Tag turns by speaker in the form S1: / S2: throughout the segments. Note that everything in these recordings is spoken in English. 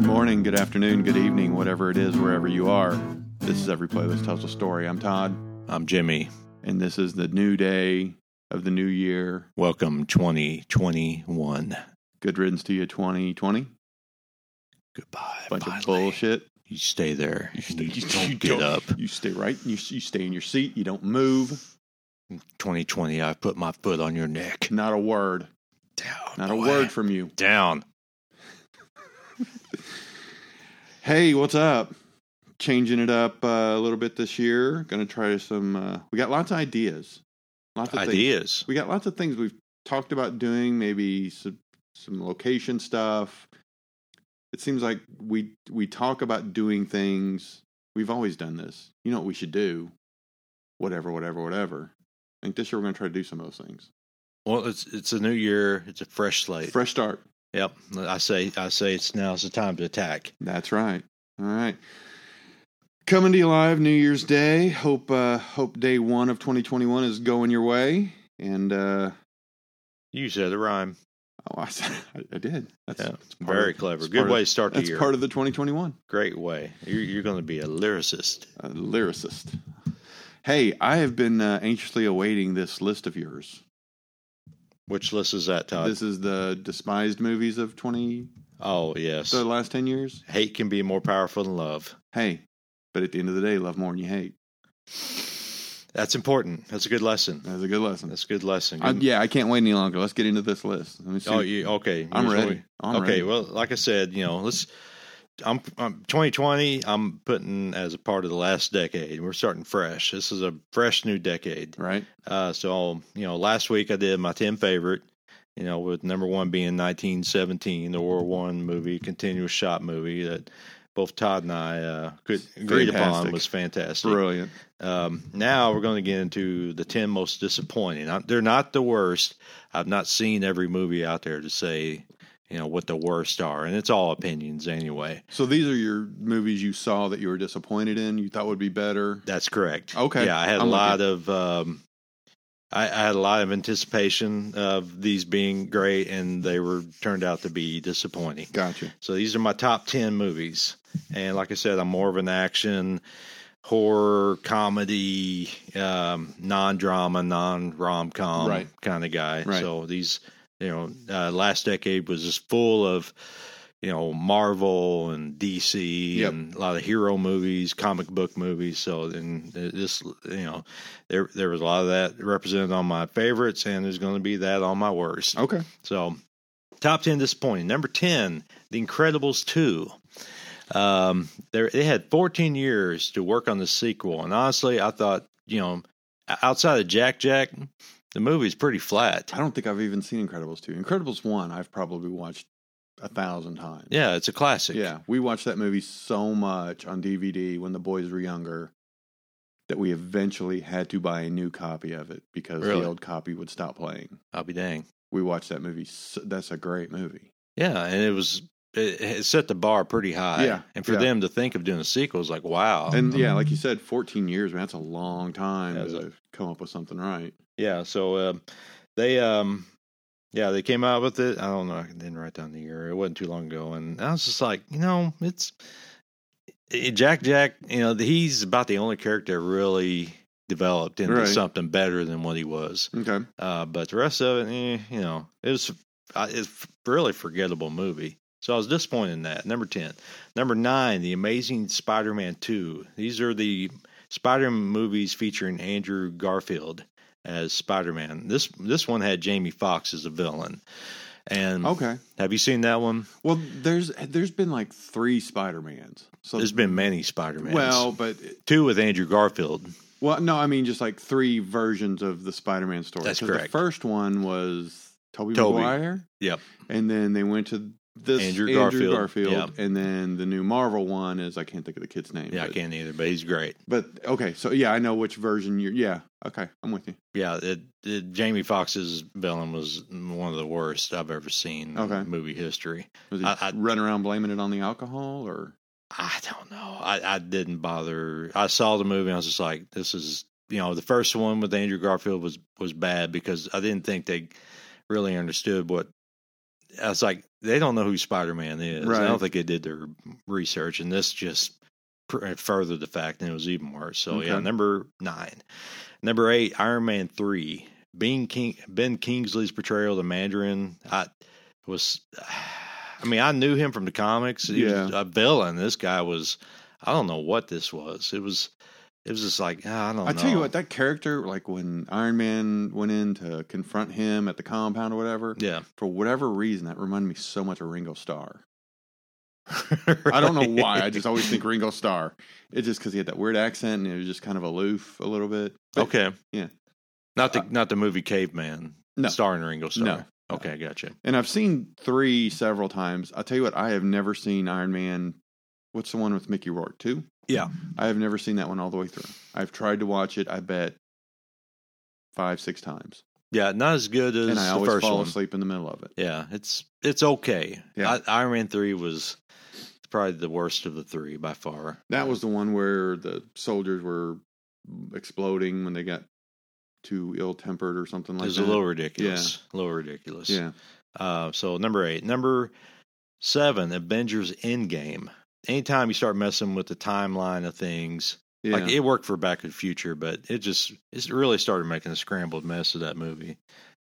S1: morning, good afternoon, good evening, whatever it is, wherever you are. This is Every Playlist Tells a Story. I'm Todd,
S2: I'm Jimmy.
S1: and this is the new day of the new year.
S2: Welcome 2021.
S1: Good riddance to you, 2020.
S2: Goodbye.
S1: Bunch
S2: finally.
S1: of bullshit.
S2: You stay there. You, don't
S1: you
S2: get
S1: don't-
S2: up.
S1: You stay right. You, you stay in your seat. You don't move.
S2: 2020, I put my foot on your neck.
S1: Not a word.
S2: Down.
S1: Not a
S2: boy.
S1: word from you.
S2: Down.
S1: Hey, what's up? Changing it up uh, a little bit this year. Going to try some. Uh, we got lots of ideas. Lots of things.
S2: Ideas.
S1: we got lots of things we've talked about doing maybe some, some location stuff it seems like we we talk about doing things we've always done this you know what we should do whatever whatever whatever i think this year we're going to try to do some of those things
S2: Well, it's it's a new year. It's a fresh slate.
S1: fresh start
S2: Yep. I say I say it's now's the time to attack.
S1: that's right all right coming to you live new year's day hope uh hope day one of 2021 is going your way and uh
S2: You said the rhyme.
S1: oh i, said- I did that's,
S2: Yeah,
S1: that's part
S2: Very
S1: of,
S2: clever.
S1: it's
S2: Good
S1: part of-
S2: way to start the
S1: that's
S2: year.
S1: part of the 2021
S2: Great way. You're, you're going to be a lyricist.
S1: a lyricist. Hey, I have been uh, anxiously awaiting this list of yours. Uh,
S2: Which list is that, Todd?
S1: this is the despised movies of 20
S2: oh, yes.
S1: the last 10 years.
S2: Hate can be more powerful than love.
S1: Hey, but at the end of the day, love more than you hate.
S2: That's important. That's a good lesson.
S1: That's a good lesson.
S2: That's a good lesson.
S1: I, yeah, I can't wait any longer. Let's get into this list. Let me see.
S2: oh, you, okay.
S1: I'm
S2: Here's what
S1: ready.
S2: we-
S1: I'm
S2: okay.
S1: ready.
S2: Well, like I said, you know, let's. I'm, I'm 2020. I'm putting as a part of the last decade. We're starting fresh. This is a fresh new decade.
S1: right?
S2: Uh, so you know, last week I did my 10 favorite. You know, with number one being 1917, the World War One movie, continuous shot movie that both Todd and I uh, could agreed upon
S1: Fantastic.
S2: was fantastic.
S1: Brilliant.
S2: Um, now we're going to get into the 10 most disappointing. I, they're not the worst. I've not seen every movie out there to say, you know, what the worst are. And it's all opinions anyway.
S1: So these are your movies you saw that you were disappointed in, you thought would be better.
S2: That's correct.
S1: Okay.
S2: Yeah. I had
S1: I'm
S2: a lot of, um, I, I had a lot of anticipation of these being great and they were turned out to be disappointing.
S1: Gotcha.
S2: So these are my top 10 movies. And like I said, I'm more of an action, horror, comedy, um, non drama, non rom com
S1: Right.
S2: kind of guy.
S1: Right.
S2: So these, you know, uh, last decade was just full of, you know, Marvel and DC
S1: Yep.
S2: and a lot of hero movies, comic book movies. So, and this, you know, there, there was a lot of that represented on my favorites, and there's going to be that on my worst.
S1: Okay.
S2: So, top 10 disappointing. Number 10, The Incredibles 2. Um, they they had 14 years to work on the sequel. And honestly, I thought, you know, outside of Jack Jack, the movie's pretty flat.
S1: I don't think I've even seen Incredibles 2. Incredibles 1, I've probably watched a thousand times.
S2: Yeah, it's a classic.
S1: Yeah, we watched that movie so much on DVD when the boys were younger that we eventually had to buy a new copy of it because
S2: Really?
S1: the old copy would stop playing.
S2: I'll be dang.
S1: We watched that movie. So, that's a great movie.
S2: Yeah, and it was. It, it set the bar pretty high.
S1: Yeah,
S2: And for
S1: yeah.
S2: them to think of doing a sequel is like, wow.
S1: and yeah, like you said, 14 years, man, that's a long time
S2: Yeah,
S1: to come up with something right.
S2: Yeah, so uh, they um yeah, they came out with it. I don't know, I didn't write down the year. It wasn't too long ago and I was just like, you know, it's eh, Jack Jack, you know, he's about the only character really developed into
S1: Right.
S2: something better than what he was.
S1: Okay.
S2: Uh but the rest of it, eh, you know, it was I- it's a really forgettable movie. So I was disappointed in that. Number 10. Number 9, The Amazing Spider-Man 2. These are the Spider-Man movies featuring Andrew Garfield as Spider-Man. This this one had Jamie Foxx as a villain. And
S1: Okay.
S2: have you seen that one?
S1: Well, there's there's been like three Spider-Mans. So
S2: There's been many Spider-Mans.
S1: well, but
S2: two with Andrew Garfield.
S1: well, no, I mean just like three versions of the Spider-Man story.
S2: That's
S1: 'Cause The
S2: correct.
S1: first one was Tobey
S2: Tobey.
S1: Maguire.
S2: Yep.
S1: and then they went to this
S2: Andrew
S1: Andrew
S2: Garfield.
S1: Garfield,
S2: Yeah.
S1: and then the new Marvel one is I can't think of the kid's name.
S2: Yeah, I
S1: but,
S2: can't either, but he's great.
S1: But okay, so yeah, I know which version you're. Yeah, okay, I'm with you.
S2: Yeah, it, it, Jamie Foxx's villain was one of the worst I've ever seen
S1: Okay.
S2: in movie history.
S1: Was he
S2: I- I-
S1: running around blaming it on the alcohol or?
S2: I don't know. I, I didn't bother. I saw the movie. And I was just like, this is you know the first one with Andrew Garfield was was bad because I didn't think they really understood what I was like, they don't know who Spider Man is. I
S1: Right.
S2: don't think they did their research, and this just pr- furthered the fact, and it was even worse. So yeah,
S1: Okay.
S2: number nine, number eight, Iron Man three. Being King, Ben Kingsley's portrayal of the Mandarin, I was. I mean, I knew him from the comics. He
S1: Yeah.
S2: was a villain. This guy was. I don't know what this was. It was. It was just like ah, I don't.
S1: I
S2: know.
S1: tell you what, that character, like when Iron Man went in to confront him at the compound or whatever,
S2: Yeah.
S1: for whatever reason, that reminded me so much of Ringo Starr. I don't know why. I just always think Ringo Starr. It's just because he had that weird accent and it was just kind of aloof a little bit. But
S2: Okay.
S1: Yeah.
S2: Not the not the movie Caveman.
S1: No.
S2: Starring Ringo Starr.
S1: No.
S2: Okay, I gotcha.
S1: And I've seen three several times. I'll tell you what, I have never seen Iron Man. What's the one with Mickey Rourke? Two?
S2: Yeah.
S1: I have never seen that one all the way through. I've tried to watch it, I bet, five, six times.
S2: Yeah, not as good as
S1: And I
S2: the
S1: always
S2: first
S1: fall
S2: one.
S1: asleep in the middle of it.
S2: Yeah, it's it's okay.
S1: Yeah.
S2: I, Iron Man three was probably the worst of the three by far.
S1: That was the one where the soldiers were exploding when they got too ill tempered or something
S2: it
S1: like
S2: was
S1: that.
S2: a little ridiculous. A little ridiculous.
S1: yeah.
S2: Uh, so number eight, number seven, Avengers Endgame. Anytime you start messing with the timeline of things,
S1: Yeah.
S2: like it worked for Back to the Future, but it just it really started making a scrambled mess of that movie.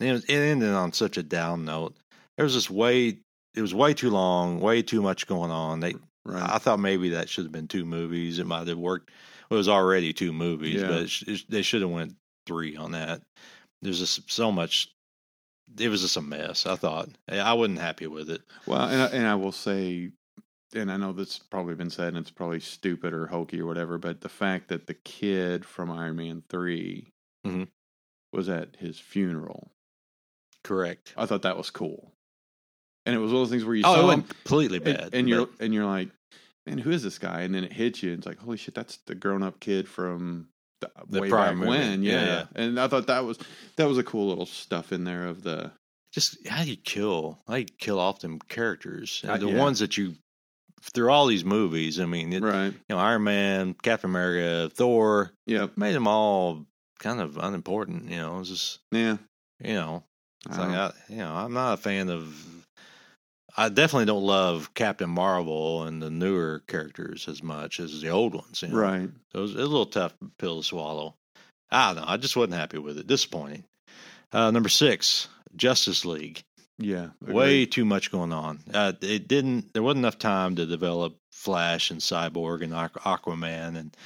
S2: And it, was, it ended on such a down note. There was just way it was way too long, way too much going on. They
S1: right.
S2: I thought maybe that should have been two movies. It might have worked. Well, it was already two movies,
S1: Yeah.
S2: but it, sh- it, sh- they should have went three on that. There's just so much. It was just a mess. I thought I I wasn't happy with it.
S1: Well, and I, and I will say, and I know that's probably been said, and it's probably stupid or hokey or whatever, but the fact that the kid from Iron Man 3
S2: Mhm.
S1: was at his funeral,
S2: Correct.
S1: I thought that was cool, and it was one of those things where you
S2: oh, it
S1: saw him,
S2: went completely
S1: and,
S2: bad.
S1: and
S2: but-
S1: you're and you're like, man, who is this guy? And then it hits you, and it's like, holy shit, that's the grown up kid from. The,
S2: The
S1: way
S2: prior
S1: back
S2: movie.
S1: when, yeah.
S2: Yeah, yeah.
S1: and I thought that was that was a cool little stuff in there of the
S2: just how do you kill how do you kill off them characters
S1: Uh,
S2: the
S1: yeah.
S2: ones that you through all these movies i mean it,
S1: right,
S2: you know iron man captain america thor
S1: yeah,
S2: made them all kind of unimportant you know it's just
S1: yeah. Um,
S2: you know it's
S1: I
S2: like ah,
S1: don't-
S2: I, you know i'm not a fan of i definitely don't love captain marvel and the newer characters as much as the old ones you know?
S1: right,
S2: So it was, it was a little tough pill to swallow. I don't know. I just wasn't happy with it. Disappointing. Uh, number six, Justice League.
S1: yeah.
S2: Way too much going on. Uh, it didn't. There wasn't enough time to develop Flash and Cyborg and Aqu- Aquaman and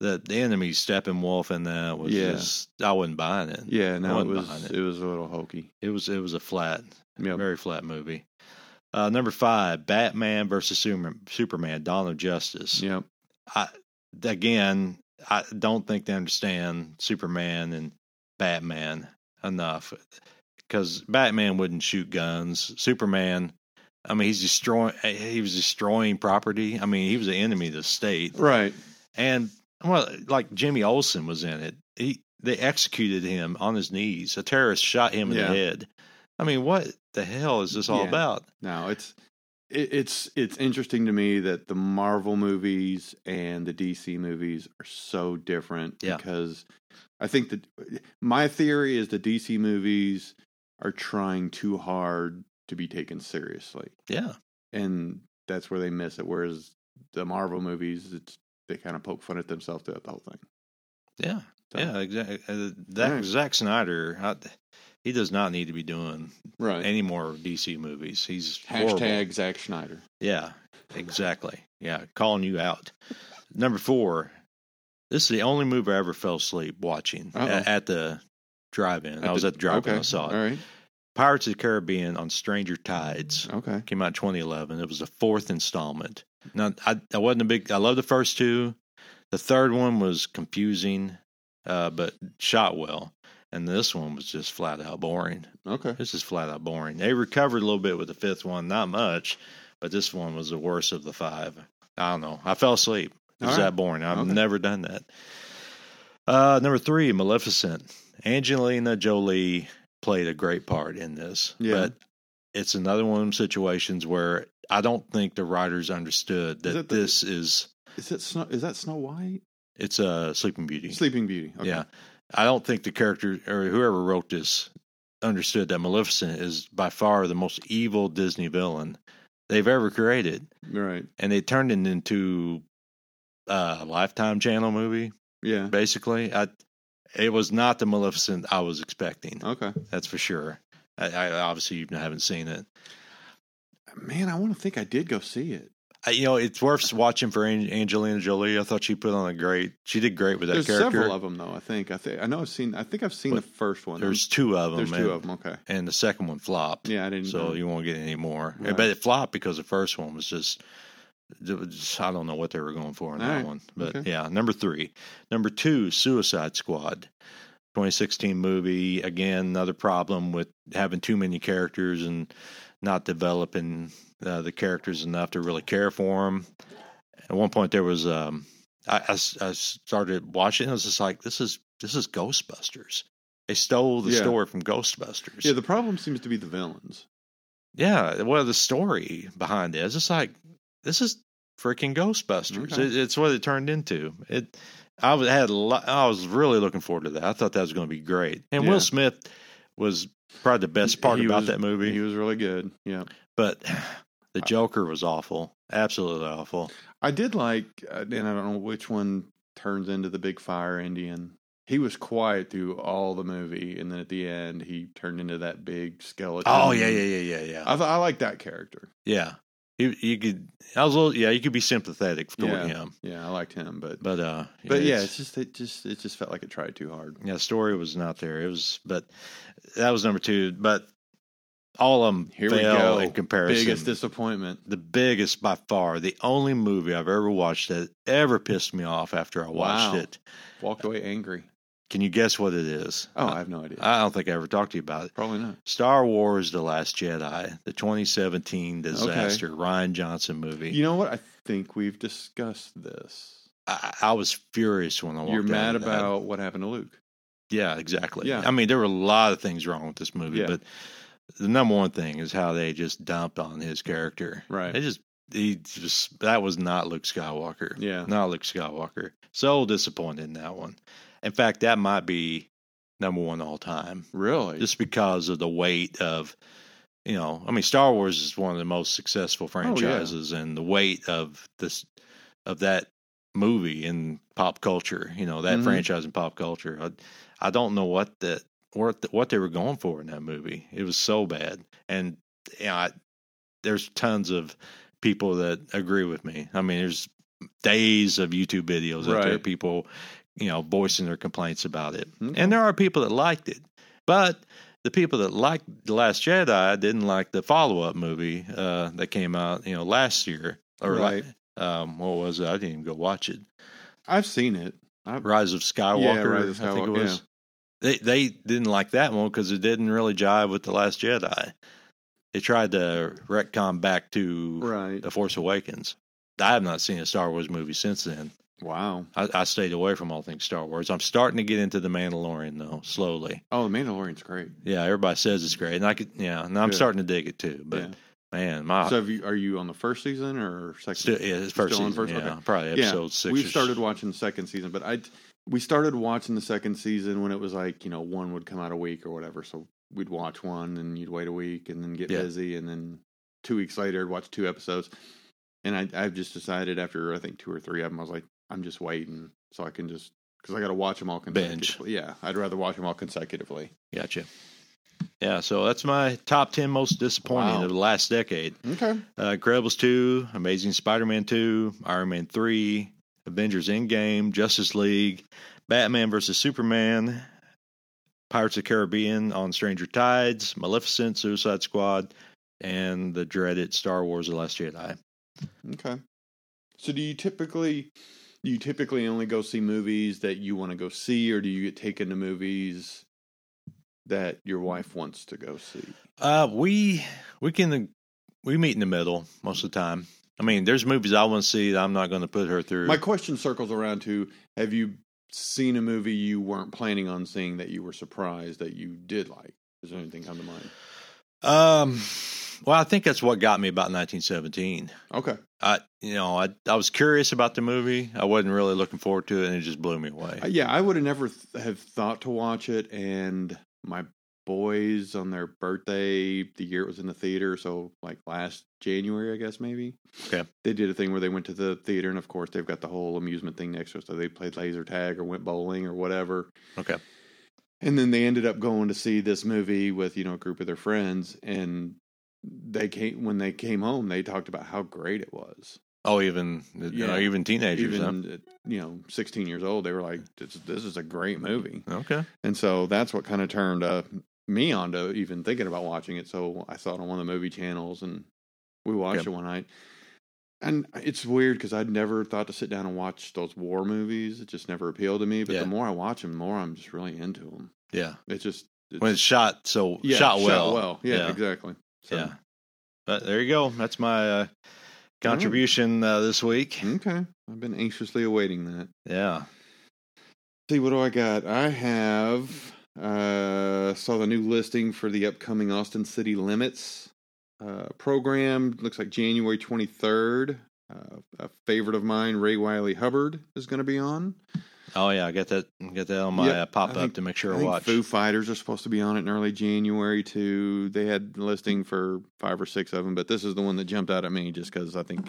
S2: the the enemy Steppenwolf and that was
S1: Yeah.
S2: just. I wasn't buying it.
S1: Yeah, no, it
S2: wasn't
S1: was
S2: behind
S1: it.
S2: it.
S1: was a little hokey.
S2: It was it was a flat,
S1: Yeah,
S2: very flat movie. Uh, number five, Batman versus Superman, Superman: Dawn of Justice.
S1: yep,
S2: I again, I don't think they understand Superman and Batman enough because Batman wouldn't shoot guns. Superman, I mean, he's destroying. He was destroying property. I mean, he was the enemy of the state.
S1: right.
S2: And well, like Jimmy Olsen was in it. He they executed him on his knees. A terrorist shot him in
S1: Yeah.
S2: the head. I mean, what the hell is this all
S1: Yeah.
S2: about?
S1: No, it's it, it's it's interesting to me that the Marvel movies and the DC movies are so different
S2: Yeah.
S1: because I think that my theory is the DC movies are trying too hard to be taken seriously,
S2: Yeah,
S1: and that's where they miss it. Whereas the Marvel movies, it's they kind of poke fun at themselves throughout the whole thing.
S2: yeah.
S1: So-
S2: Yeah, exactly. Uh, that
S1: Right.
S2: Zack Snyder, I, he does not need to be doing
S1: right.
S2: any more DC movies. He's horrible.
S1: Hashtag Zack Schneider.
S2: Yeah, exactly. Yeah, calling you out. Number four. This is the only movie I ever fell asleep watching
S1: Uh-oh.
S2: at, at the drive-in. I was at the drive-in. when I saw it.
S1: All right.
S2: Pirates of the Caribbean on Stranger Tides
S1: Okay.
S2: came out in 2011. It was the fourth installment. Now, I, I wasn't a big. I loved the first two. The third one was confusing, uh, but shot well. And this one was just flat out boring.
S1: Okay.
S2: This is flat out boring. They recovered a little bit with the fifth one, not much, but this one was the worst of the five. I don't know. I fell asleep. It was
S1: All right.
S2: that boring. I've
S1: Okay.
S2: never done that. Uh, number three, Maleficent. Angelina Jolie played a great part in this,
S1: Yeah.
S2: but it's another one of them situations where I don't think the writers understood that
S1: that the-
S2: this is
S1: Is it Snow? Is that Snow White?
S2: it's a Sleeping Beauty.
S1: Sleeping Beauty.
S2: Yeah, I don't think the character or whoever wrote this understood that Maleficent is by far the most evil Disney villain they've ever created,
S1: Right.
S2: and they turned it into a Lifetime Channel movie.
S1: Yeah.
S2: Basically, I it was not the Maleficent I was expecting.
S1: Okay.
S2: That's for sure. I, I obviously you haven't seen it.
S1: Man, I want to think I did go see it.
S2: I, you know, it's worth watching for An- Angelina Jolie. I thought she put on a great. She did great with that
S1: There's
S2: character.
S1: several of them though. I think. I think I know. I've seen. I think I've seen
S2: What?
S1: the first one.
S2: There's two of them.
S1: There's
S2: and,
S1: two of them. Okay.
S2: and the second one flopped.
S1: Yeah, I didn't.
S2: so
S1: know.
S2: you won't get any more.
S1: Right.
S2: But it flopped because the first one was just, it was just- I don't know what they were going for in
S1: All
S2: that
S1: right.
S2: one. But
S1: Okay.
S2: yeah, number three, number two, Suicide Squad, 2016 movie. Again, another problem with having too many characters and not developing uh, the characters enough to really care for them. At one point, there was um, I, I s- I started watching. I was just like, this is this is Ghostbusters. They stole the
S1: Yeah.
S2: story from Ghostbusters.
S1: yeah, the problem seems to be the villains.
S2: Yeah, well, the story behind it is it's like this is freaking Ghostbusters.
S1: Okay.
S2: It, it's what it turned into. It, I was had a lot, I was really looking forward to that. I thought that was going to be great. And
S1: Yeah.
S2: Will Smith was probably the best part
S1: He
S2: about
S1: was-
S2: that movie,
S1: He was really good. Yeah.
S2: but the Joker was awful, absolutely awful.
S1: I did like, uh, and I don't know which one turns into the big fire Indian. He was quiet through all the movie, and then at the end, he turned into that big skeleton.
S2: Oh yeah, yeah, yeah, yeah, yeah,
S1: I, th- I like that character.
S2: yeah. You, you could, I was a little, yeah, you could be sympathetic toward
S1: Yeah.
S2: him,
S1: Yeah, I liked him, but
S2: but uh,
S1: but yeah,
S2: it's-
S1: it's just it just it just felt like it tried too hard.
S2: Yeah, story was not there. It was, but that was number two. But all of them
S1: Here we
S2: fail
S1: go.
S2: in comparison.
S1: Biggest disappointment.
S2: the biggest by far, the only movie I've ever watched that ever pissed me off after I watched
S1: Wow.
S2: it.
S1: Walked away angry.
S2: Can you guess what it is?
S1: Oh, I
S2: I,
S1: have no idea.
S2: I don't think I ever talked to you about it.
S1: Probably not.
S2: Star Wars: The Last Jedi, the 2017 disaster, Ryan Johnson movie.
S1: You know what? I think we've discussed this.
S2: I, I was furious when I walked.
S1: You're
S2: out
S1: mad
S2: of that.
S1: about what happened to Luke.
S2: Yeah, exactly.
S1: Yeah.
S2: I mean, there were a lot of things wrong with this movie,
S1: Yeah.
S2: but the number one thing is how they just dumped on his character.
S1: Right.
S2: They just he just that was not Luke Skywalker.
S1: Yeah.
S2: Not Luke Skywalker. So disappointed in that one. In fact, that might be number one all time.
S1: Really?
S2: Just because of the weight of you know, I mean Star Wars is one of the most successful
S1: Oh, yeah.
S2: franchises and the weight of this of that movie in pop culture, you know, that
S1: Mhm.
S2: franchise in pop culture. I, I don't know what that what what they were going for in that movie. It was so bad. And you know, I, there's tons of people that agree with me. I mean, there's days of YouTube videos out there
S1: Right.
S2: people, you know, voicing their complaints about it.
S1: Okay.
S2: And there are people that liked it. But the people that liked The Last Jedi didn't like the follow up movie uh, that came out, you know, last year. Or
S1: Right.
S2: like, um, what was it? I didn't even go watch it.
S1: I've seen it. I,
S2: Rise of Skywalker,
S1: Rise of
S2: I think it
S1: Skywalker,
S2: was. They they didn't like that one because it didn't really jive with The Last Jedi. They tried to retcon back to
S1: Right.
S2: The Force Awakens. I have not seen a Star Wars movie since then.
S1: Wow.
S2: I, I stayed away from all things Star Wars. I'm starting to get into The Mandalorian though, slowly.
S1: Oh, The Mandalorian's great.
S2: Yeah, everybody says it's great, and I could. Yeah, and I'm
S1: Good.
S2: starting to dig it too. But
S1: yeah.
S2: man, my
S1: so, have you, are you on the first season or second?
S2: Ah. still, yeah, it's first
S1: still on
S2: season.
S1: first?
S2: yeah,
S1: Okay.
S2: probably
S1: Yeah,
S2: episode six.
S1: we
S2: or s-
S1: started watching the second season, but I we started watching the second season when it was like you know one would come out a week or whatever, so we'd watch one and you'd wait a week and then get
S2: Yeah.
S1: busy and then two weeks later I'd watch two episodes, and I I've just decided after I think two or three of them I was like I'm just waiting so I can just because I got to watch them all
S2: Binge.
S1: consecutively. Yeah, I'd rather watch them all consecutively.
S2: Gotcha. Yeah, so that's my top ten most disappointing
S1: Wow.
S2: of the last decade.
S1: Okay,
S2: Uh, Incredibles two, Amazing Spider-Man two, Iron Man three, Avengers Endgame, Justice League, Batman versus Superman, Pirates of the Caribbean on Stranger Tides, Maleficent, Suicide Squad, and the dreaded Star Wars: The Last Jedi.
S1: okay. So do you typically? Do you typically only go see movies that you want to go see, or do you get taken to movies that your wife wants to go see?
S2: Uh, we we can we meet in the middle most of the time. I mean, there's movies I want to see that I'm not going to put her through.
S1: My question circles around to: Have you seen a movie you weren't planning on seeing that you were surprised that you did like? Does anything come to mind?
S2: um, well, I think that's what got me about 1917.
S1: Okay,
S2: I you know I I was curious about the movie. I wasn't really looking forward to it, and it just blew me away.
S1: Uh, yeah, I would have never th- have thought to watch it, and my boys on their birthday the year it was in the theater so like last january i guess maybe
S2: Okay.
S1: they did a thing where they went to the theater and of course they've got the whole amusement thing next to it so they played laser tag or went bowling or whatever
S2: Okay.
S1: and then they ended up going to see this movie with you know a group of their friends and they came when they came home they talked about how great it was
S2: Oh, even you know,
S1: Yeah.
S2: even teenagers.
S1: even at, you know 16 years old they were like this, this is a great movie
S2: huh? Okay.
S1: and so that's what kind of turned uh, me on to even thinking about watching it so i saw it on one of the movie channels and we watched
S2: Yep.
S1: it one night and it's weird because i'd never thought to sit down and watch those war movies it just never appealed to me but
S2: Yeah.
S1: the more i watch them the more i'm just really into them
S2: Yeah.
S1: it's just it's,
S2: When it's shot so
S1: yeah,
S2: shot well.
S1: yeah,
S2: Yeah.
S1: exactly so,
S2: Yeah. But there you go. That's my uh, contribution uh, this week.
S1: okay i've been anxiously awaiting that
S2: Yeah.
S1: see what do i got i have uh saw the new listing for the upcoming austin city limits uh program looks like january 23rd uh, a favorite of mine ray wiley hubbard is going to be on
S2: Oh yeah, I got that got that on my
S1: Yep,
S2: uh, pop
S1: I
S2: up
S1: think-
S2: to make
S1: I
S2: sure I,
S1: think
S2: watch.
S1: foo fighters are supposed to be on it in early january too they had listing for five or six of them but this is the one that jumped out at me just because i think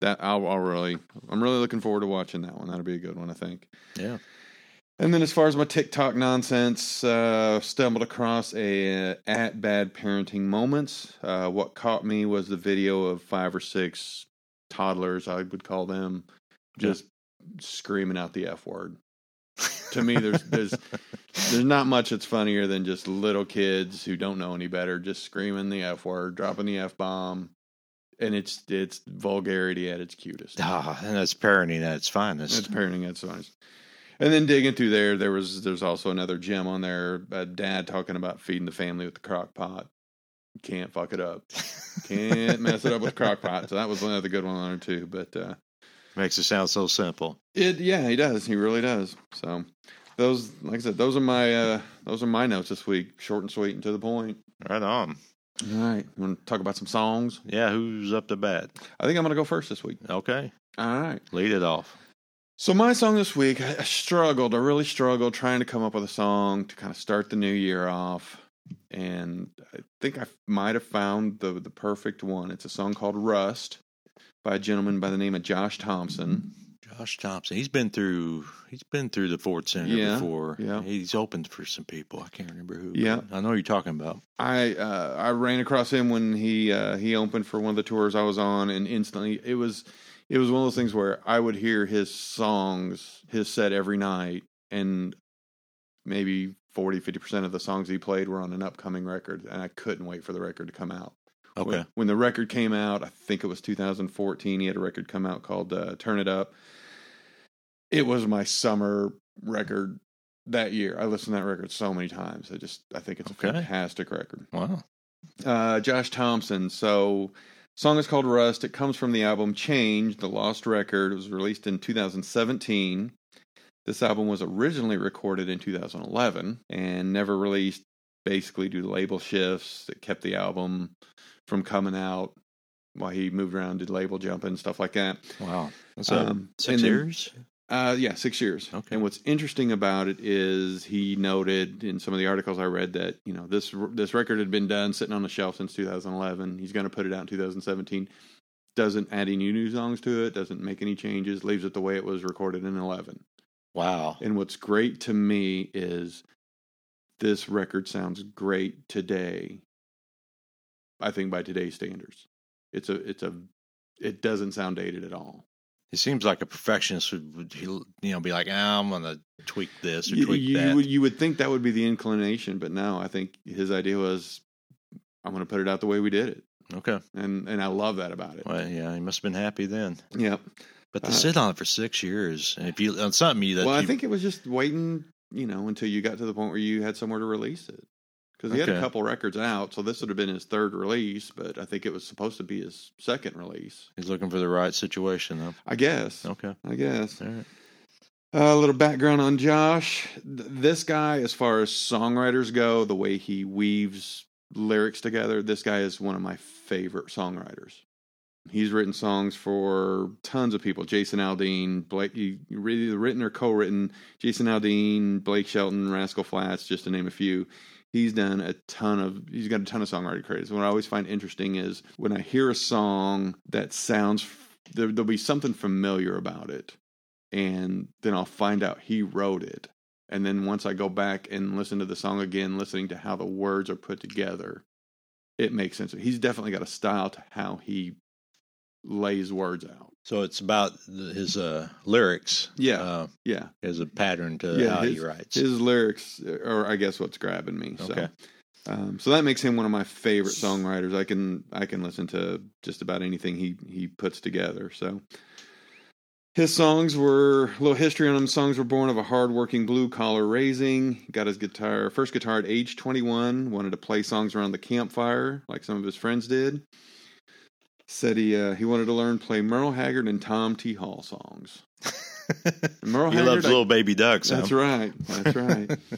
S1: that I'll, I'll really i'm really looking forward to watching that one that'll be a good one i think
S2: Yeah.
S1: And then, as far as my TikTok nonsense, uh, stumbled across a uh, at bad parenting moments. Uh, what caught me was the video of five or six toddlers, I would call them, just screaming out the f word. To me, there's there's there's not much that's funnier than just little kids who don't know any better, just screaming the f word, dropping the f bomb, and it's it's vulgarity at its cutest.
S2: Ah, and that's parenting at its finest.
S1: It's parenting at size. And then digging through there, there was there's also another gem on there. A dad talking about feeding the family with the crock pot. Can't fuck it up. Can't mess it up with crock pot. So that was another good one on there too. But uh,
S2: Makes it sound so simple.
S1: it yeah, he does. He really does. So those like I said, those are my uh, those are my notes this week. Short and sweet and to the point.
S2: Right on.
S1: All right. You wanna talk about some songs?
S2: Yeah, who's up to bat?
S1: I think I'm gonna go first this week.
S2: Okay,
S1: All right.
S2: lead it off.
S1: So my song this week, I I struggled. I really struggled trying to come up with a song to kind of start the new year off, and I think I might have found the the perfect one. It's a song called "Rust" by a gentleman by the name of Josh Thompson.
S2: Josh Thompson. He's been through. He's been through the Ford Center
S1: Yeah,
S2: before.
S1: yeah.
S2: He's opened for some people. I can't remember who. but
S1: Yeah.
S2: I know who you're talking about.
S1: I uh, I ran across him when he uh, he opened for one of the tours I was on, and instantly it was it was one of those things where I would hear his songs, his set every night, and maybe 40 50 percent of the songs he played were on an upcoming record, and I couldn't wait for the record to come out.
S2: Okay.
S1: When, when the record came out, I think it was 2014. He had a record come out called uh, "Turn It Up." It was my summer record that year. I listened to that record so many times. I just I think it's
S2: Okay.
S1: a fantastic record.
S2: Wow.
S1: Uh, Josh Thompson. So, song is called "Rust." It comes from the album "Change," the lost record. It was released in 2017. This album was originally recorded in 2011 and never released, basically due to label shifts that kept the album from coming out. While he moved around, did label jumping stuff like that.
S2: Wow. That's uh,
S1: Um,
S2: six
S1: and then-
S2: years.
S1: Uh, yeah, six years.
S2: Okay.
S1: And what's interesting about it is he noted in some of the articles I read that you know this this record had been done sitting on the shelf since 2011. He's going to put it out in 2017. Doesn't add any new songs to it. Doesn't make any changes. Leaves it the way it was recorded in 11.
S2: Wow.
S1: And what's great to me is this record sounds great today. I think by today's standards, it's a it's a it doesn't sound dated at all.
S2: It seems like a perfectionist would, would he, you know, be like, ah, I'm gonna tweak this or
S1: you,
S2: tweak
S1: you- you
S2: that.
S1: would you would think that would be the inclination, but no, I think his idea was I'm going to put it out the way we did it,
S2: okay.
S1: and and I love that about it.
S2: Well, yeah, he must have been happy then.
S1: Yep.
S2: But to
S1: Uh,
S2: sit on it for six years, and if you on something you that
S1: well, I
S2: you-
S1: think it was just waiting, you know, until you got to the point where you had somewhere to release it, because he had a
S2: Okay.
S1: couple records out, so this would have been his third release, but I think it was supposed to be his second release,
S2: he's looking for the right situation though.
S1: I guess.
S2: Okay.
S1: I guess.
S2: All right.
S1: A little background on Josh. Th- This guy, as far as songwriters go, the way he weaves lyrics together, this guy is one of my favorite songwriters. He's written songs for tons of people: Jason Aldean, Blake, you- you really written or co-written. Jason Aldean, Blake Shelton, Rascal Flats, just to name a few. He's done a ton of. He's got a ton of songwriting credits. What I always find interesting is when I hear a song that sounds there, there'll be something familiar about it, and then I'll find out he wrote it. And then once I go back and listen to the song again, listening to how the words are put together, it makes sense. He's definitely got a style to how he lays words out.
S2: So it's about the, his uh, lyrics.
S1: Yeah.
S2: uh,
S1: Yeah.
S2: as a pattern to
S1: Yeah,
S2: how
S1: his-
S2: he writes.
S1: His lyrics are I guess what's grabbing me.
S2: Okay.
S1: So um, so that makes him one of my favorite songwriters. I can I can listen to just about anything he he puts together. So his songs were a little history on him. Songs were born of a hardworking blue collar raising. Got his guitar first guitar at age twenty one. Wanted to play songs around the campfire like some of his friends did. Said he uh, he wanted to learn play Merle Haggard and Tom T Hall songs. And Merle
S2: he loves
S1: I-
S2: little baby ducks.
S1: that's right. That's right.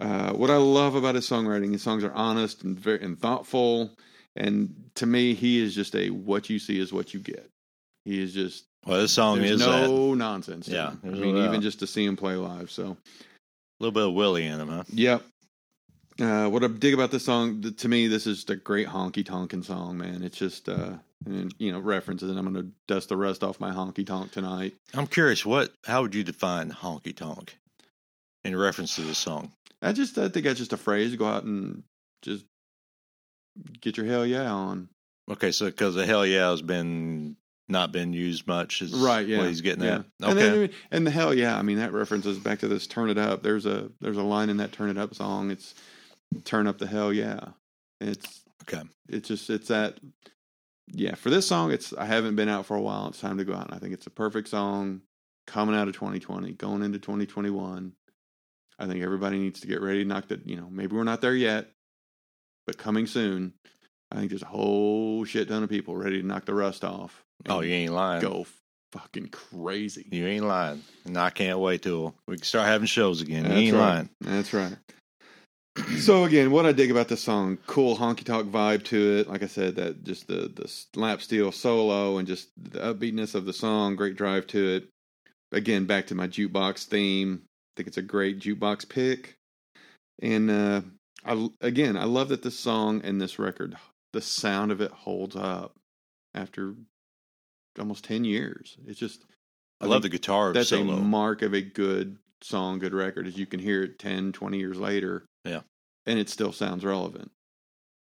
S1: Uh, what I love about his songwriting, his songs are honest and very and thoughtful. And to me, he is just a what you see is what you get. He is just
S2: Well, this song
S1: there's
S2: is uh, that.
S1: no nonsense. to
S2: Yeah,
S1: him. I
S2: there's no
S1: mean,
S2: doubt.
S1: even just to see him play live. So
S2: A little bit of Willie in him, huh?
S1: Yep. Uh, what I dig about this song, th- to me, this is the great honky tonkin' song, man. It's just, uh, and, you know, references, and I'm going to dust the rust off my honky tonk tonight.
S2: I'm curious, what? How would you define honky tonk in reference to this song?
S1: I just, I think that's just a phrase. Go out and just get your hell yeah on.
S2: Okay, so because the hell yeah has been not been used much, is
S1: right yeah
S2: what he's getting
S1: yeah.
S2: at.
S1: and,
S2: Okay,
S1: then- and the hell yeah i mean that references back to this turn it up there's a there's a line in that turn it up song it's turn up the hell yeah it's
S2: Okay.
S1: it's just it's that yeah for this song it's i haven't been out for a while it's time to go out and i think it's a perfect song coming out of 2020 going into 2021 i think everybody needs to get ready to knock that you know maybe we're not there yet but coming soon i think there's a whole shit ton of people ready to knock the rust off
S2: oh, you ain't lying.
S1: go fucking crazy.
S2: You ain't lying, and I can't wait till we can start having shows again.
S1: That's
S2: you ain't
S1: right.
S2: lying.
S1: That's right. So again, what I dig about this song, cool honky tonk vibe to it. Like I said, that just the the slap steel solo and just the upbeatness of the song, great drive to it. Again, back to my jukebox theme. I think it's a great jukebox pick. And uh I again, I love that this song and this record, the sound of it holds up after almost 10 years. It's just
S2: I, love
S1: think-
S2: the guitar
S1: that's
S2: solo.
S1: a mark of a good song good record is you can hear it 10 20 years later
S2: Yeah.
S1: and it still sounds relevant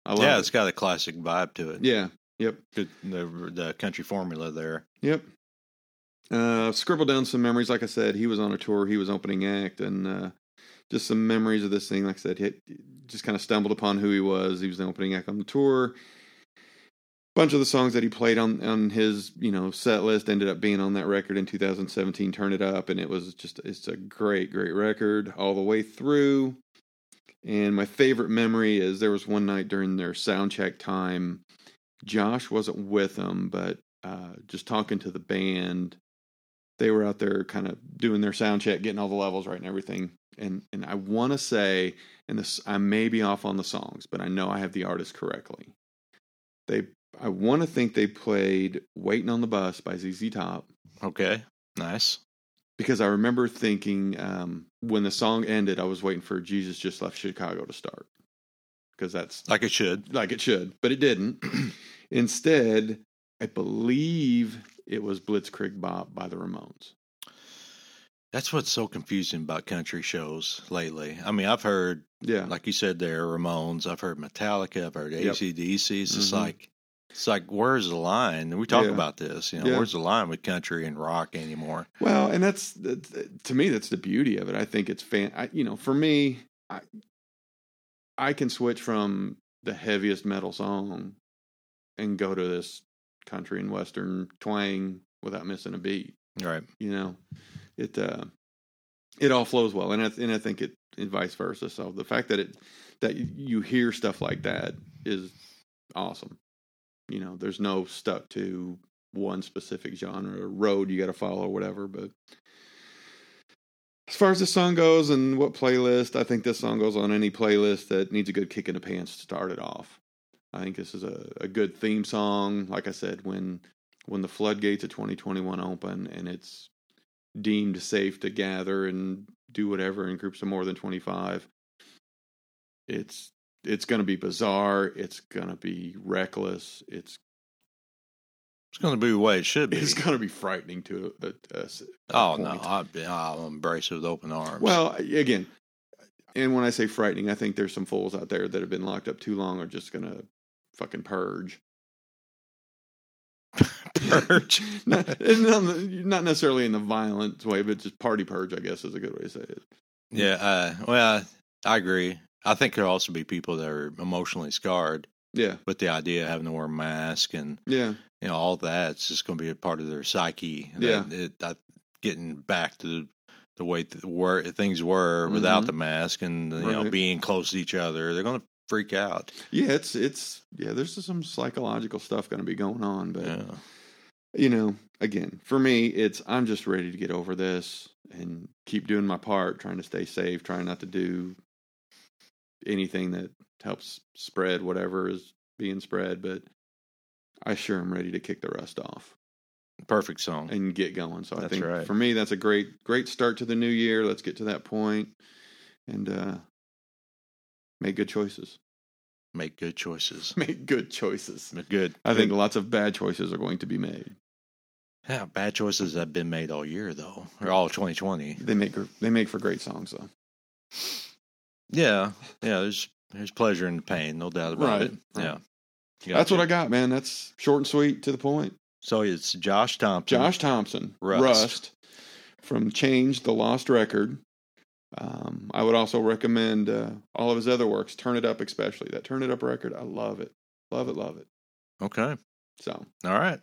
S1: i love
S2: yeah,
S1: it
S2: it's got a classic vibe to it.
S1: yeah yep
S2: Good, the, the country formula there.
S1: yep uh scribbled down some memories like i said he was on a tour he was opening act and uh just some memories of this thing like i said he just kind of stumbled upon who he was he was the opening act on the tour bunch of the songs that he played on on his you know set list ended up being on that record in 2017 turn it up and it was just it's a great great record all the way through and my favorite memory is there was one night during their sound check time josh wasn't with them but uh, just talking to the band they were out there kind of doing their sound check getting all the levels right and everything and and i want to say and this i may be off on the songs but i know i have the artist correctly they I want to think they played Waiting on the Bus by ZZ Top
S2: Okay, nice.
S1: because I remember thinking um, when the song ended, I was waiting for Jesus Just Left Chicago to start because that's
S2: Like it should.
S1: like it should, but it didn't. Instead, I believe it was Blitzkrieg Bop by the Ramones.
S2: That's what's so confusing about country shows lately. I mean, I've heard,
S1: Yeah.
S2: like you said, there Ramones. I've heard Metallica. I've heard
S1: Yep.
S2: ACDC. It's just
S1: Mhm.
S2: like, it's like, where's the line? And we talk
S1: Yeah.
S2: about this. You know,
S1: Yeah.
S2: where's the line with country and rock anymore?
S1: Well, and that's that, to me that's the beauty of it. I think it's fan. I, you know, for me, I I can switch from the heaviest metal song and go to this country and western twang without missing a beat.
S2: Right.
S1: You know, it uh, it all flows well, and I and I think it and vice versa. So the fact that it that you hear stuff like that is awesome. You know, there's no stuck to one specific genre or road you got to follow or whatever. But as far as the song goes and what playlist, I think this song goes on any playlist that needs a good kick in the pants to start it off. I think this is a, a good theme song. Like I said, when when the floodgates of 2021 open and it's deemed safe to gather and do whatever in groups of more than 25, it's it's going to be bizarre. It's going to be reckless. It's
S2: It's going to be the way it should be.
S1: it's going to be frightening to us.
S2: oh no,
S1: point.
S2: I'd be, I'll embrace it with open arms.
S1: Well, again, and when I say frightening, I think there's some fools out there that have been locked up too long are just going to fucking purge.
S2: Purge.
S1: not, and not, not necessarily in the violent way, but just party purge, I guess, is a good way to say it.
S2: yeah. Uh, well, I agree. I think there'll also be people that are emotionally scarred
S1: Yeah,
S2: with the idea of having to wear a mask and
S1: yeah,
S2: you know all that. It's just going to be a part of their psyche.
S1: Yeah.
S2: That it, that getting back to the, the way th- where things were without
S1: Mhm.
S2: the mask and you know
S1: Right.
S2: being close to each other, they're going to freak out.
S1: yeah. It's it's yeah. There's some psychological stuff going to be going on, but
S2: Yeah.
S1: you know, again, for me, it's I'm just ready to get over this and keep doing my part, trying to stay safe, trying not to do anything that helps spread whatever is being spread, but I sure am ready to kick the rust off
S2: Perfect song.
S1: and get going. So I
S2: That's
S1: think
S2: right.
S1: for me, that's a great, great start to the new year. Let's get to that point and uh, make good choices.
S2: Make good choices.
S1: Make good choices.
S2: Good.
S1: I think lots of bad choices are going to be made.
S2: Yeah, bad choices have been made all year though, or all 2020.
S1: They make they make for great songs though.
S2: Yeah, yeah. There's there's pleasure in the pain, no doubt about
S1: Right,
S2: it.
S1: right.
S2: Yeah,
S1: That's what I got, man. That's short and sweet to the point.
S2: So it's Josh Thompson.
S1: Josh Thompson,
S2: Mm. Rust.
S1: Rust, from Change the Lost Record. Um, I would also recommend uh, all of his other works, Turn It Up, especially. That Turn It Up record, I love it. Love it, love it.
S2: Okay.
S1: So,
S2: All right.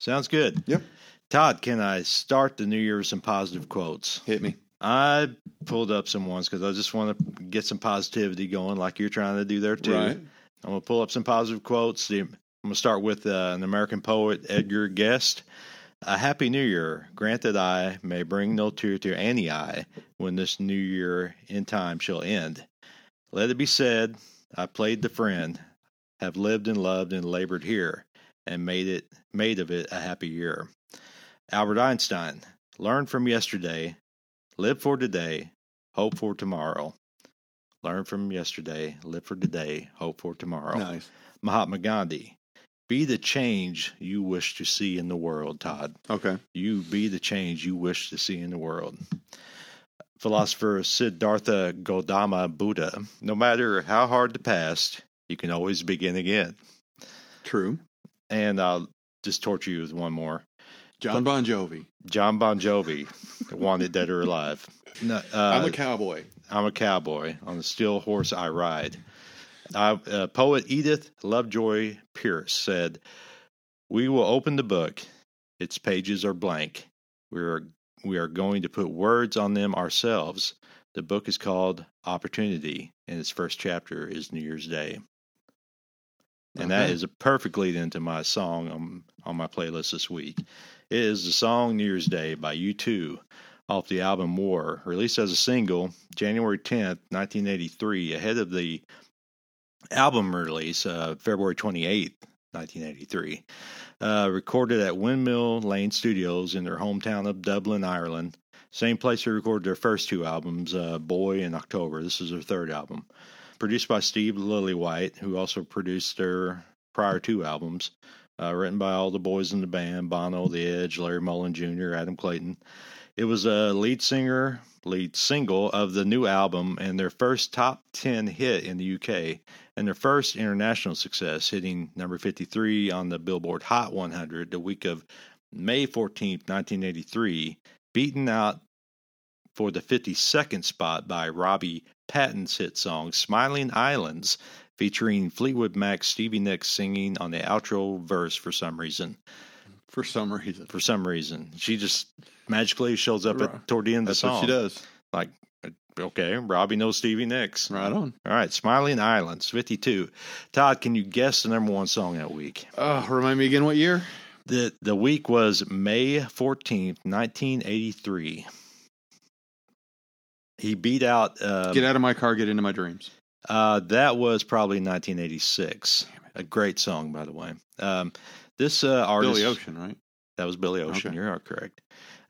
S2: Sounds good.
S1: Yep.
S2: Todd, can I start the new year with some positive quotes?
S1: hit me.
S2: I pulled up some ones because I just want to get some positivity going, like you're trying to do there too.
S1: Right.
S2: I'm gonna pull up some positive quotes. The- I'm gonna start with uh, an American poet, Edgar Guest. A happy new year. Grant that I may bring no tear to any eye when this new year in time shall end. Let it be said, I played the friend, have lived and loved and labored here, and made it made of it a happy year. Albert Einstein, learn from yesterday, live for today, hope for tomorrow. Learn from yesterday, live for today, hope for tomorrow.
S1: Nice.
S2: Mahatma Gandhi. Be the change you wish to see in the world, Todd.
S1: Okay.
S2: You be the change you wish to see in the world. Philosopher Siddhartha Gautama Buddha. No matter how hard the past, you can always begin again.
S1: True.
S2: And I'll just torture you with one more.
S1: John Bon Jovi.
S2: John Bon Jovi, wanted dead or alive. No, uh,
S1: I'm a cowboy.
S2: I'm a cowboy. On the steel horse I ride. I, uh, poet Edith Lovejoy Pierce said, "We will open the book. Its pages are blank. We are we are going to put words on them ourselves. The book is called Opportunity, and its first chapter is New Year's Day. And that
S1: Okay.
S2: is a perfect lead into my song on, on my playlist this week. It is the song New Year's Day by U2 off the album War, released as a single January 10th, 1983, ahead of the album release uh, February 28th, 1983. Uh, recorded at Windmill Lane Studios in their hometown of Dublin, Ireland. Same place they recorded their first two albums, uh, Boy and October. This is their third album produced by Steve Lillywhite, who also produced their prior two albums, uh, written by all the boys in the band Bono, The Edge, Larry Mullen Jr., Adam Clayton. It was a lead singer, lead single of the new album and their first top 10 hit in the UK and their first international success, hitting number 53 on the Billboard Hot 100 the week of May 14th, 1983, beaten out for the 52nd spot by Robbie Patton's hit song Smiling Islands, featuring Fleetwood Mac's Stevie Nicks singing on the outro verse for some reason.
S1: For some reason.
S2: For some reason, she just magically shows up at,
S1: Right.
S2: toward the end of the
S1: That's
S2: song.
S1: what she does.
S2: Okay, Robbie knows Stevie Nicks.
S1: Right on.
S2: All right, Smiling Islands, 52. Todd, can you guess the number one song that week?
S1: Uh, remind me again what year?
S2: The, the week was May 14th, 1983. He beat out. Uh,
S1: Um, Get out of my car, get into my dreams.
S2: Uh, that was probably 1986.
S1: Damn it.
S2: a great song, by the way. Um, this uh, artist,
S1: Billy Ocean, right?
S2: that was Billy Ocean.
S1: Okay.
S2: You are correct.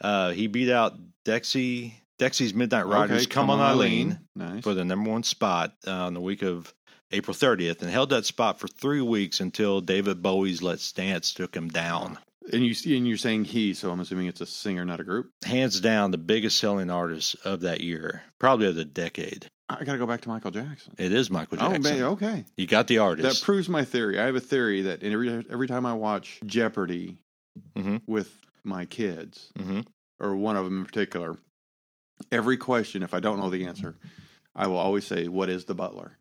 S2: Uh, he beat out Dexy Dexy's Midnight Riders.
S1: Okay,
S2: Come, on, Eileen,
S1: Nice.
S2: for the number one spot uh, on the week of April 30th, and held that spot for three weeks until David Bowie's "Let's Dance" took him down.
S1: and you see, and you're saying he, so I'm assuming it's a singer, not a group.
S2: Hands down, the biggest selling artist of that year, probably of the decade.
S1: I got to go back to Michael Jackson.
S2: It is Michael Jackson.
S1: Oh, man, okay.
S2: You got the
S1: That
S2: artist.
S1: proves my theory. I have a theory that every every time I watch Jeopardy
S2: Mhm.
S1: with my kids,
S2: hmm
S1: or one of them in particular, every question, if I don't know the answer, I will always say, "What is the butler?"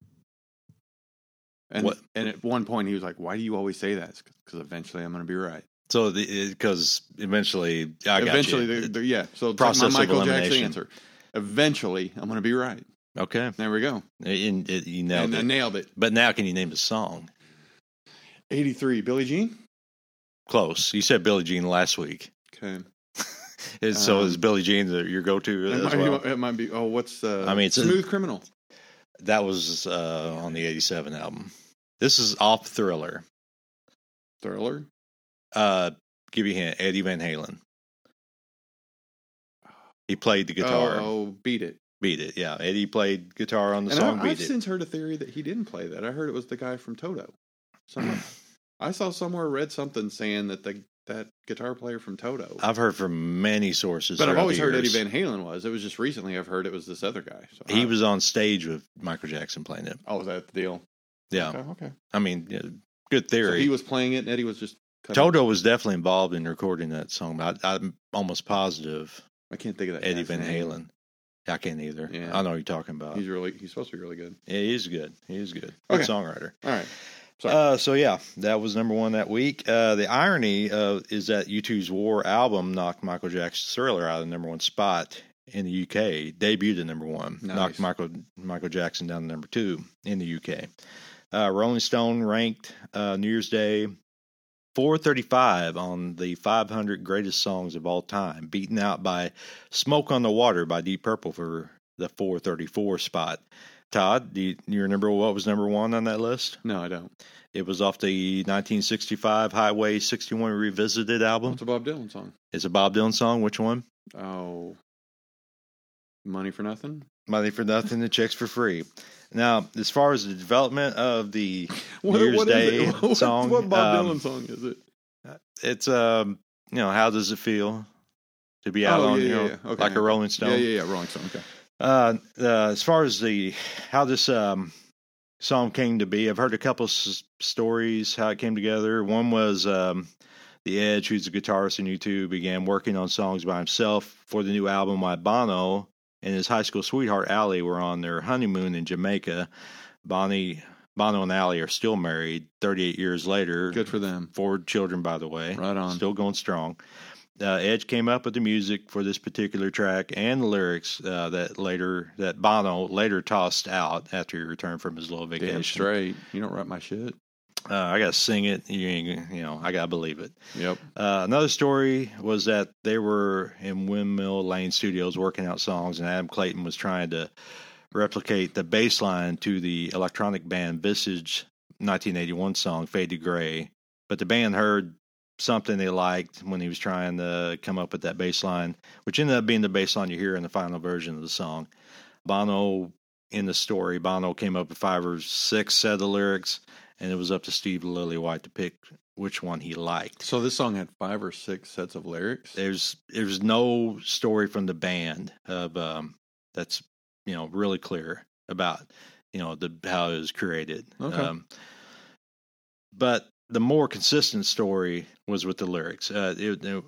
S1: And
S2: What-
S1: and at one point he was like, "Why do you always say that?" Because eventually I'm going to be right.
S2: So, because eventually, I got
S1: eventually,
S2: you.
S1: the- the- yeah. So it's
S2: Process
S1: like my Michael
S2: of
S1: Jackson
S2: elimination.
S1: answer. Eventually, I'm going to be right.
S2: okay,
S1: There we go.
S2: and, and you nailed
S1: and
S2: it.
S1: I nailed it.
S2: But now, can you name a song?
S1: 83, Billie Jean.
S2: Close. You said Billie Jean last week.
S1: Okay.
S2: Is- so
S1: Um,
S2: is Billie Jean the, your go-to
S1: It
S2: as
S1: might,
S2: well?
S1: it might be. Oh, what's uh,
S2: I mean, it's a-
S1: smooth criminal.
S2: That was uh, on the '87 album. This is off Thriller.
S1: Thriller.
S2: Uh, give you a hint. Eddie Van Halen. He played the guitar.
S1: Oh, oh, beat it.
S2: Beat it. Yeah, Eddie played guitar on the
S1: and
S2: song.
S1: I,
S2: Beat
S1: I've
S2: it.
S1: since heard a theory that he didn't play that. I heard it was the guy from Toto. Somewhere, I saw somewhere read something saying that the that guitar player from Toto.
S2: I've heard from many sources.
S1: but I've
S2: throughout
S1: always
S2: the
S1: heard Eddie
S2: years.
S1: Van Halen was. It was just recently I've heard it was this other guy. So I-
S2: He was on stage with Michael Jackson playing it.
S1: Oh, was that the deal?
S2: Yeah,
S1: Okay. okay.
S2: I mean, yeah, good
S1: So
S2: theory.
S1: he was playing it, and Eddie was just. cutting it.
S2: Toto was definitely involved in recording that song, but I, I'm almost positive
S1: I can't think of that.
S2: Eddie
S1: guy's
S2: Van
S1: name.
S2: Halen. I can't either.
S1: Yeah.
S2: I know what you're talking about.
S1: He's really. He's supposed to be really good.
S2: yeah, he's good. He's good. Good
S1: Okay.
S2: songwriter.
S1: All right. Sorry.
S2: Uh, so yeah, that was number one that week. Uh, the irony uh, is that U2's War album knocked Michael Jackson's Thriller out of the number one spot in the UK. Debuted at number one,
S1: Nice.
S2: knocked Michael Michael Jackson down to number two in the UK. Uh, Rolling Stone ranked uh, New Year's Day 435 on the 500 greatest songs of all time, beaten out by "Smoke on the Water" by Deep Purple for the 434 spot. Todd, do you, you remember what was number one on that list?
S1: No, I don't.
S2: It was off the 1965 Highway 61 Revisited album.
S1: What's a Bob Dylan song?
S2: It's a Bob Dylan song. Which one?
S1: Oh, money for nothing.
S2: Money for Nothing, the Checks for Free. Now, as far as the development of the, Year's Day
S1: what,
S2: song,
S1: What Bob
S2: um,
S1: Dylan song is it?
S2: it's um, you know, how does it feel to be out
S1: Oh,
S2: on
S1: yeah,
S2: you know,
S1: yeah, yeah. Okay.
S2: like a Rolling Stone?
S1: Yeah, yeah, yeah. Rolling Stone. Okay.
S2: Uh, uh, as far as the how this um song came to be, I've heard a couple s- stories how it came together. One was um the Edge, who's a guitarist in U2, began working on songs by himself for the new album. While Bono and his high school sweetheart Allie were on their honeymoon in Jamaica. Bonnie, Bono, and Allie are still married 38 years later.
S1: Good for them.
S2: Four children, by the way.
S1: Right on.
S2: Still going strong. Uh, Edge came up with the music for this particular track and the lyrics uh, that later that Bono later tossed out after he returned from his little
S1: Damn
S2: vacation.
S1: straight. You don't write my shit.
S2: Uh, I gotta sing it. You, ain't gonna- you know, I gotta believe it.
S1: Yep.
S2: Uh, another story was that they were in Windmill Lane Studios working out songs, and Adam Clayton was trying to replicate the bass line to the electronic band Visage 1981 song Fade to Gray. But the band heard something they liked when he was trying to come up with that bass line, which ended up being the bass line you hear in the final version of the song. Bono, in the story, Bono came up with five or six set of lyrics, and it was up to Steve Lillywhite to pick which one he liked
S1: So this song had five or six sets of lyrics.
S2: there's there's no story from the band of um that's you know really clear about you know the how it was created
S1: Okay.
S2: um but the more consistent story was with the lyrics uh, it, it-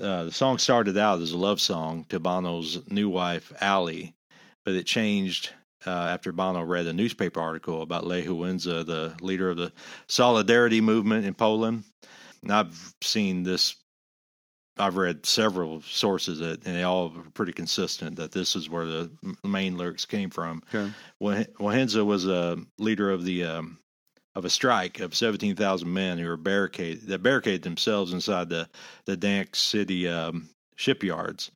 S2: uh the song started out as a love song to bono's new wife Allie, but it changed uh, after Bono read a newspaper article about Lech Walesa, the leader of the Solidarity movement in Poland, and I've seen this. I've read several sources that, and they all are pretty consistent that this is where the m- main lyrics came from.
S1: Okay.
S2: Wa- Wahenza was a leader of the um, of a strike of seventeen thousand men who were barricaded that barricaded themselves inside the the Dansk city um, shipyards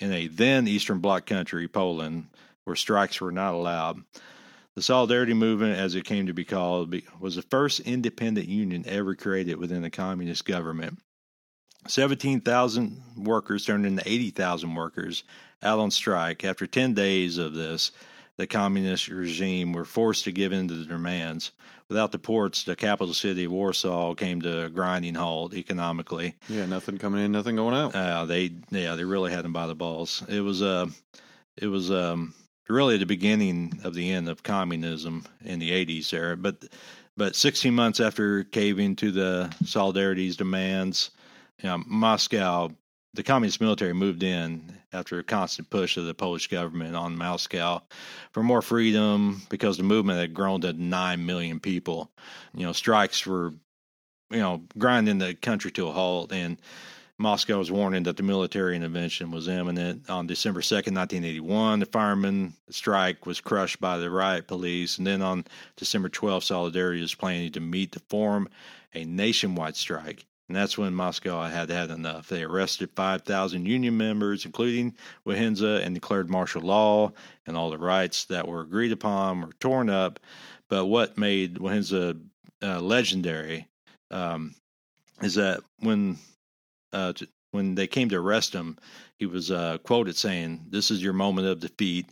S2: in a then Eastern Bloc country, Poland, where strikes were not allowed. The The Solidarity Movement, as it came to be called, be- was the first independent union ever created within a communist government. 17,000 workers turned into 80,000 workers out on strike. After 10 days of this, the communist regime were forced to give in to the demands. Without the ports, the capital city of Warsaw came to a grinding halt economically.
S1: Yeah, nothing coming in, nothing going out.
S2: Uh, they yeah, they really had them by the balls. It was uh, it was um, really the beginning of the end of communism in the eighties there. But but sixteen months after caving to the solidarity's demands, you know, Moscow, the communist military moved in after a constant push of the Polish government on Moscow for more freedom because the movement had grown to nine million people. You know, strikes were you know grinding the country to a halt and Moscow was warning that the military intervention was imminent. On December 2nd, 1981, the fireman strike was crushed by the riot police. And then on December 12th, Solidarity was planning to meet to form a nationwide strike. And that's when Moscow had had enough. They arrested 5,000 union members, including Wahenza, and declared martial law. And all the rights that were agreed upon were torn up. But what made Wahenza uh, legendary um, is that when uh, to, when they came to arrest him, he was uh, quoted saying, "This is your moment of defeat.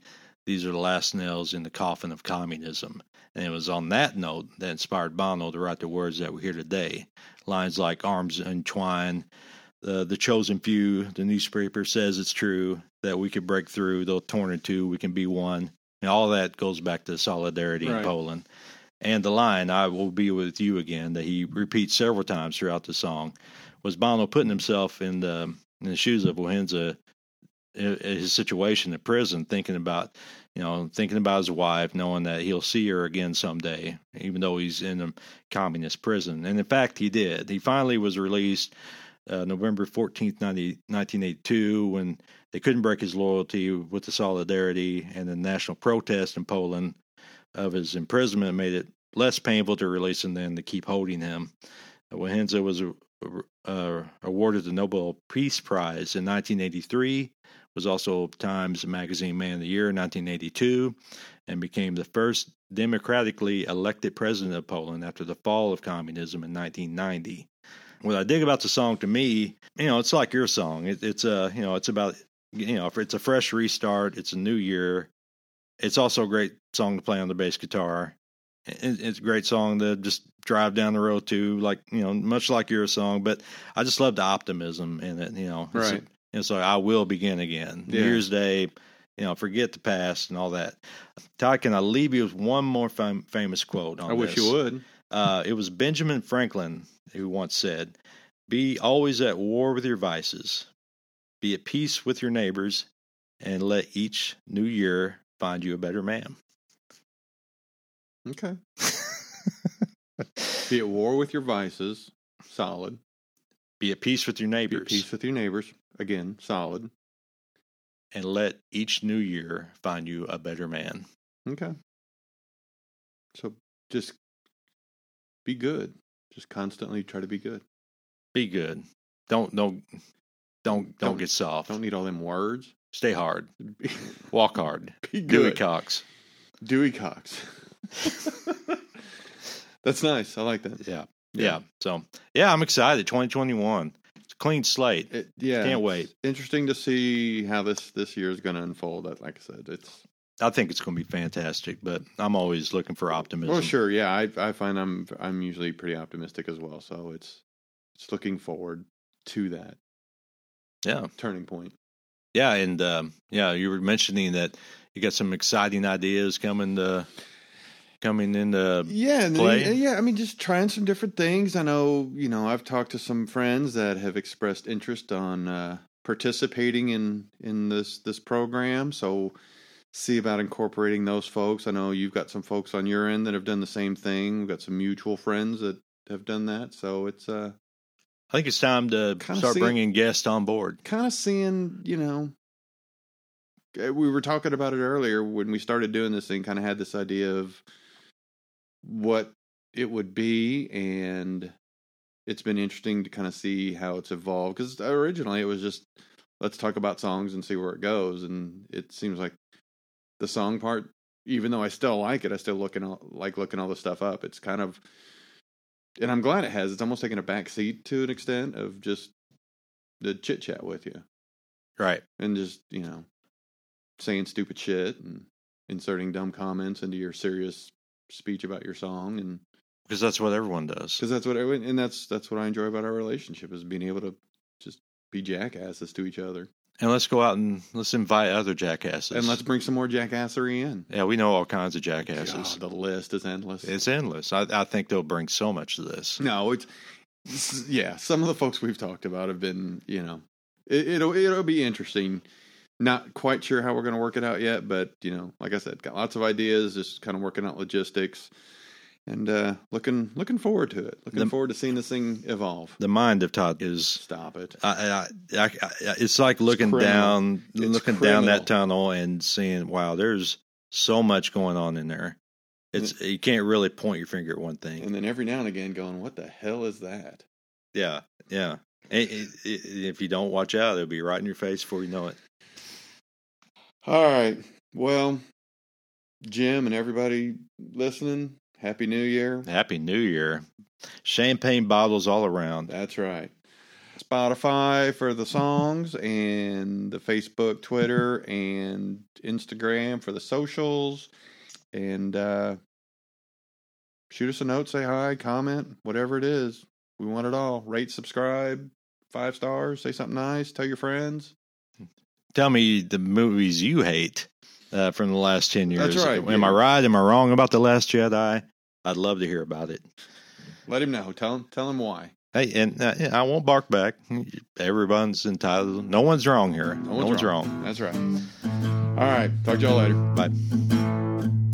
S2: These are the last nails in the coffin of communism." And it was on that note that inspired Bono to write the words that we hear today. Lines like "Arms entwined," uh, "The chosen few," "The newspaper says it's true that we could break through. They'll torn in two. We can be one." And all that goes back to solidarity in
S1: Right.
S2: Poland. And the line, I will be with you again, that he repeats several times throughout the song, was Bono putting himself in the, in the shoes of Wahenza, i- i- his situation in prison, thinking about, you know, thinking about his wife, knowing that he'll see her again someday, even though he's in a communist prison. And in fact, he did. He finally was released uh, November 14th, 90, 1982, when they couldn't break his loyalty with the solidarity and the national protest in Poland of his imprisonment made it less painful to release him than to keep holding him. Wahenza was uh, awarded the Nobel Peace Prize in 1983, was also Times Magazine Man of the Year in 1982, and became the first democratically elected president of Poland after the fall of communism in 1990. What I dig about the song to me, you know, it's like your song. It, it's a, you know, it's about, you know, it's a fresh restart. It's a new year. It's also a great song to play on the bass guitar it- it's a great song to just drive down the road to, like you know, much like your song. But I just love the optimism in it, you know. It's-
S1: Right.
S2: and so I will begin again. New
S1: Yeah.
S2: Year's Day, you know, forget the past and all that. Ty, can I leave you with one more fam- famous quote? On
S1: I wish
S2: this?
S1: you would.
S2: Uh, it was Benjamin Franklin who once said, Be always at war with your vices, be at peace with your neighbors, and let each new year find you a better man.
S1: Okay. Be at war with your vices. Solid.
S2: Be at peace with your
S1: Be
S2: neighbors
S1: at peace with your neighbors. Again, solid.
S2: and let each new year find you a better man.
S1: Okay. So just be good. Just constantly try to be good.
S2: Be good. Don't don't don't don't,
S1: Don't-
S2: get soft.
S1: Don't need all them words.
S2: Stay hard.
S1: Be,
S2: Walk hard.
S1: be good.
S2: Dewey Cox.
S1: Dewey Cox. That's nice. I like that.
S2: Yeah. yeah.
S1: Yeah.
S2: So yeah, I'm excited. 2021. It's a clean slate.
S1: It, yeah.
S2: Can't wait.
S1: it's Interesting to see how this this year is going to unfold. That, like I said, it's
S2: I think it's going to be fantastic. But I'm always looking for optimism.
S1: well, oh, sure, yeah. I I find I'm I'm usually pretty optimistic as well. So it's it's looking forward to that
S2: Yeah.
S1: turning point.
S2: Yeah. And um, yeah, you were mentioning that you got some exciting ideas coming to coming in uh, the
S1: yeah and
S2: play?
S1: then- yeah i mean just trying some different things i know you know i've talked to some friends that have expressed interest on uh participating in in this this program so see about incorporating those folks i know you've got some folks on your end that have done the same thing we've got some mutual friends that have done that so it's uh
S2: I think it's time to
S1: Kinda
S2: start
S1: see-
S2: bringing guests on board.
S1: kind of seeing you know uh, we were talking about it earlier when we started doing this thing kind of had this idea of what it would be and it's been interesting to kind of see how it's evolved because originally it was just let's talk about songs and see where it goes and it seems like the song part even though I still like it, I still looking all, like looking all the stuff up. It's kind of, and I'm glad it has. It's almost taken a back seat to an extent of just the chit chat with you
S2: Right.
S1: and just you know saying stupid shit and inserting dumb comments into your serious speech about your song and
S2: Because that's what everyone does.
S1: because that's what I and that's that's what I enjoy about our relationship is being able to just be jackasses to each other
S2: And let's go out and let's invite other jackasses.
S1: and let's bring some more jackassery in.
S2: Yeah, we know all kinds of jackasses.
S1: God, the list is endless.
S2: It's endless. I, I think they'll bring so much to this.
S1: No, it's s- yeah. Some of the folks we've talked about have been, you know, it, it'll it'll be interesting. Not quite sure how we're going to work it out yet, but you know, like I said, got lots of ideas. Just kind of working out logistics and uh looking looking forward to it. Looking
S2: The-
S1: forward to seeing this thing evolve.
S2: The mind of Todd is.
S1: Stop it.
S2: I, I, I, I, it's like looking
S1: criminal.
S2: down,
S1: It's
S2: looking down
S1: criminal.
S2: that tunnel and seeing, wow, there's so much going on in there. It's
S1: Mm.
S2: you can't really point your finger at one thing.
S1: And then every now and again, going, what the hell is that?
S2: Yeah, yeah. And it- it- if you don't watch out, it'll be right in your face before you know it.
S1: All right. Well, Jim and everybody listening, happy New Year.
S2: Happy New Year! Champagne bottles all around.
S1: That's right. Spotify for the songs and the Facebook, Twitter, and Instagram for the socials. And uh, shoot us a note, say hi, comment, whatever it is. We want it all. Rate, subscribe, five stars, say something nice, tell your friends.
S2: Tell me the movies you hate uh, from the last ten years.
S1: That's right.
S2: Am I right? Am I wrong about the Last Jedi? I'd love to hear about it.
S1: Let him know. Tell him, tell him why.
S2: Hey, and uh, I won't bark back. Everyone's entitled. No one's wrong here. No one's, wrong.
S1: That's right. All right. Talk to y'all later.
S2: Bye.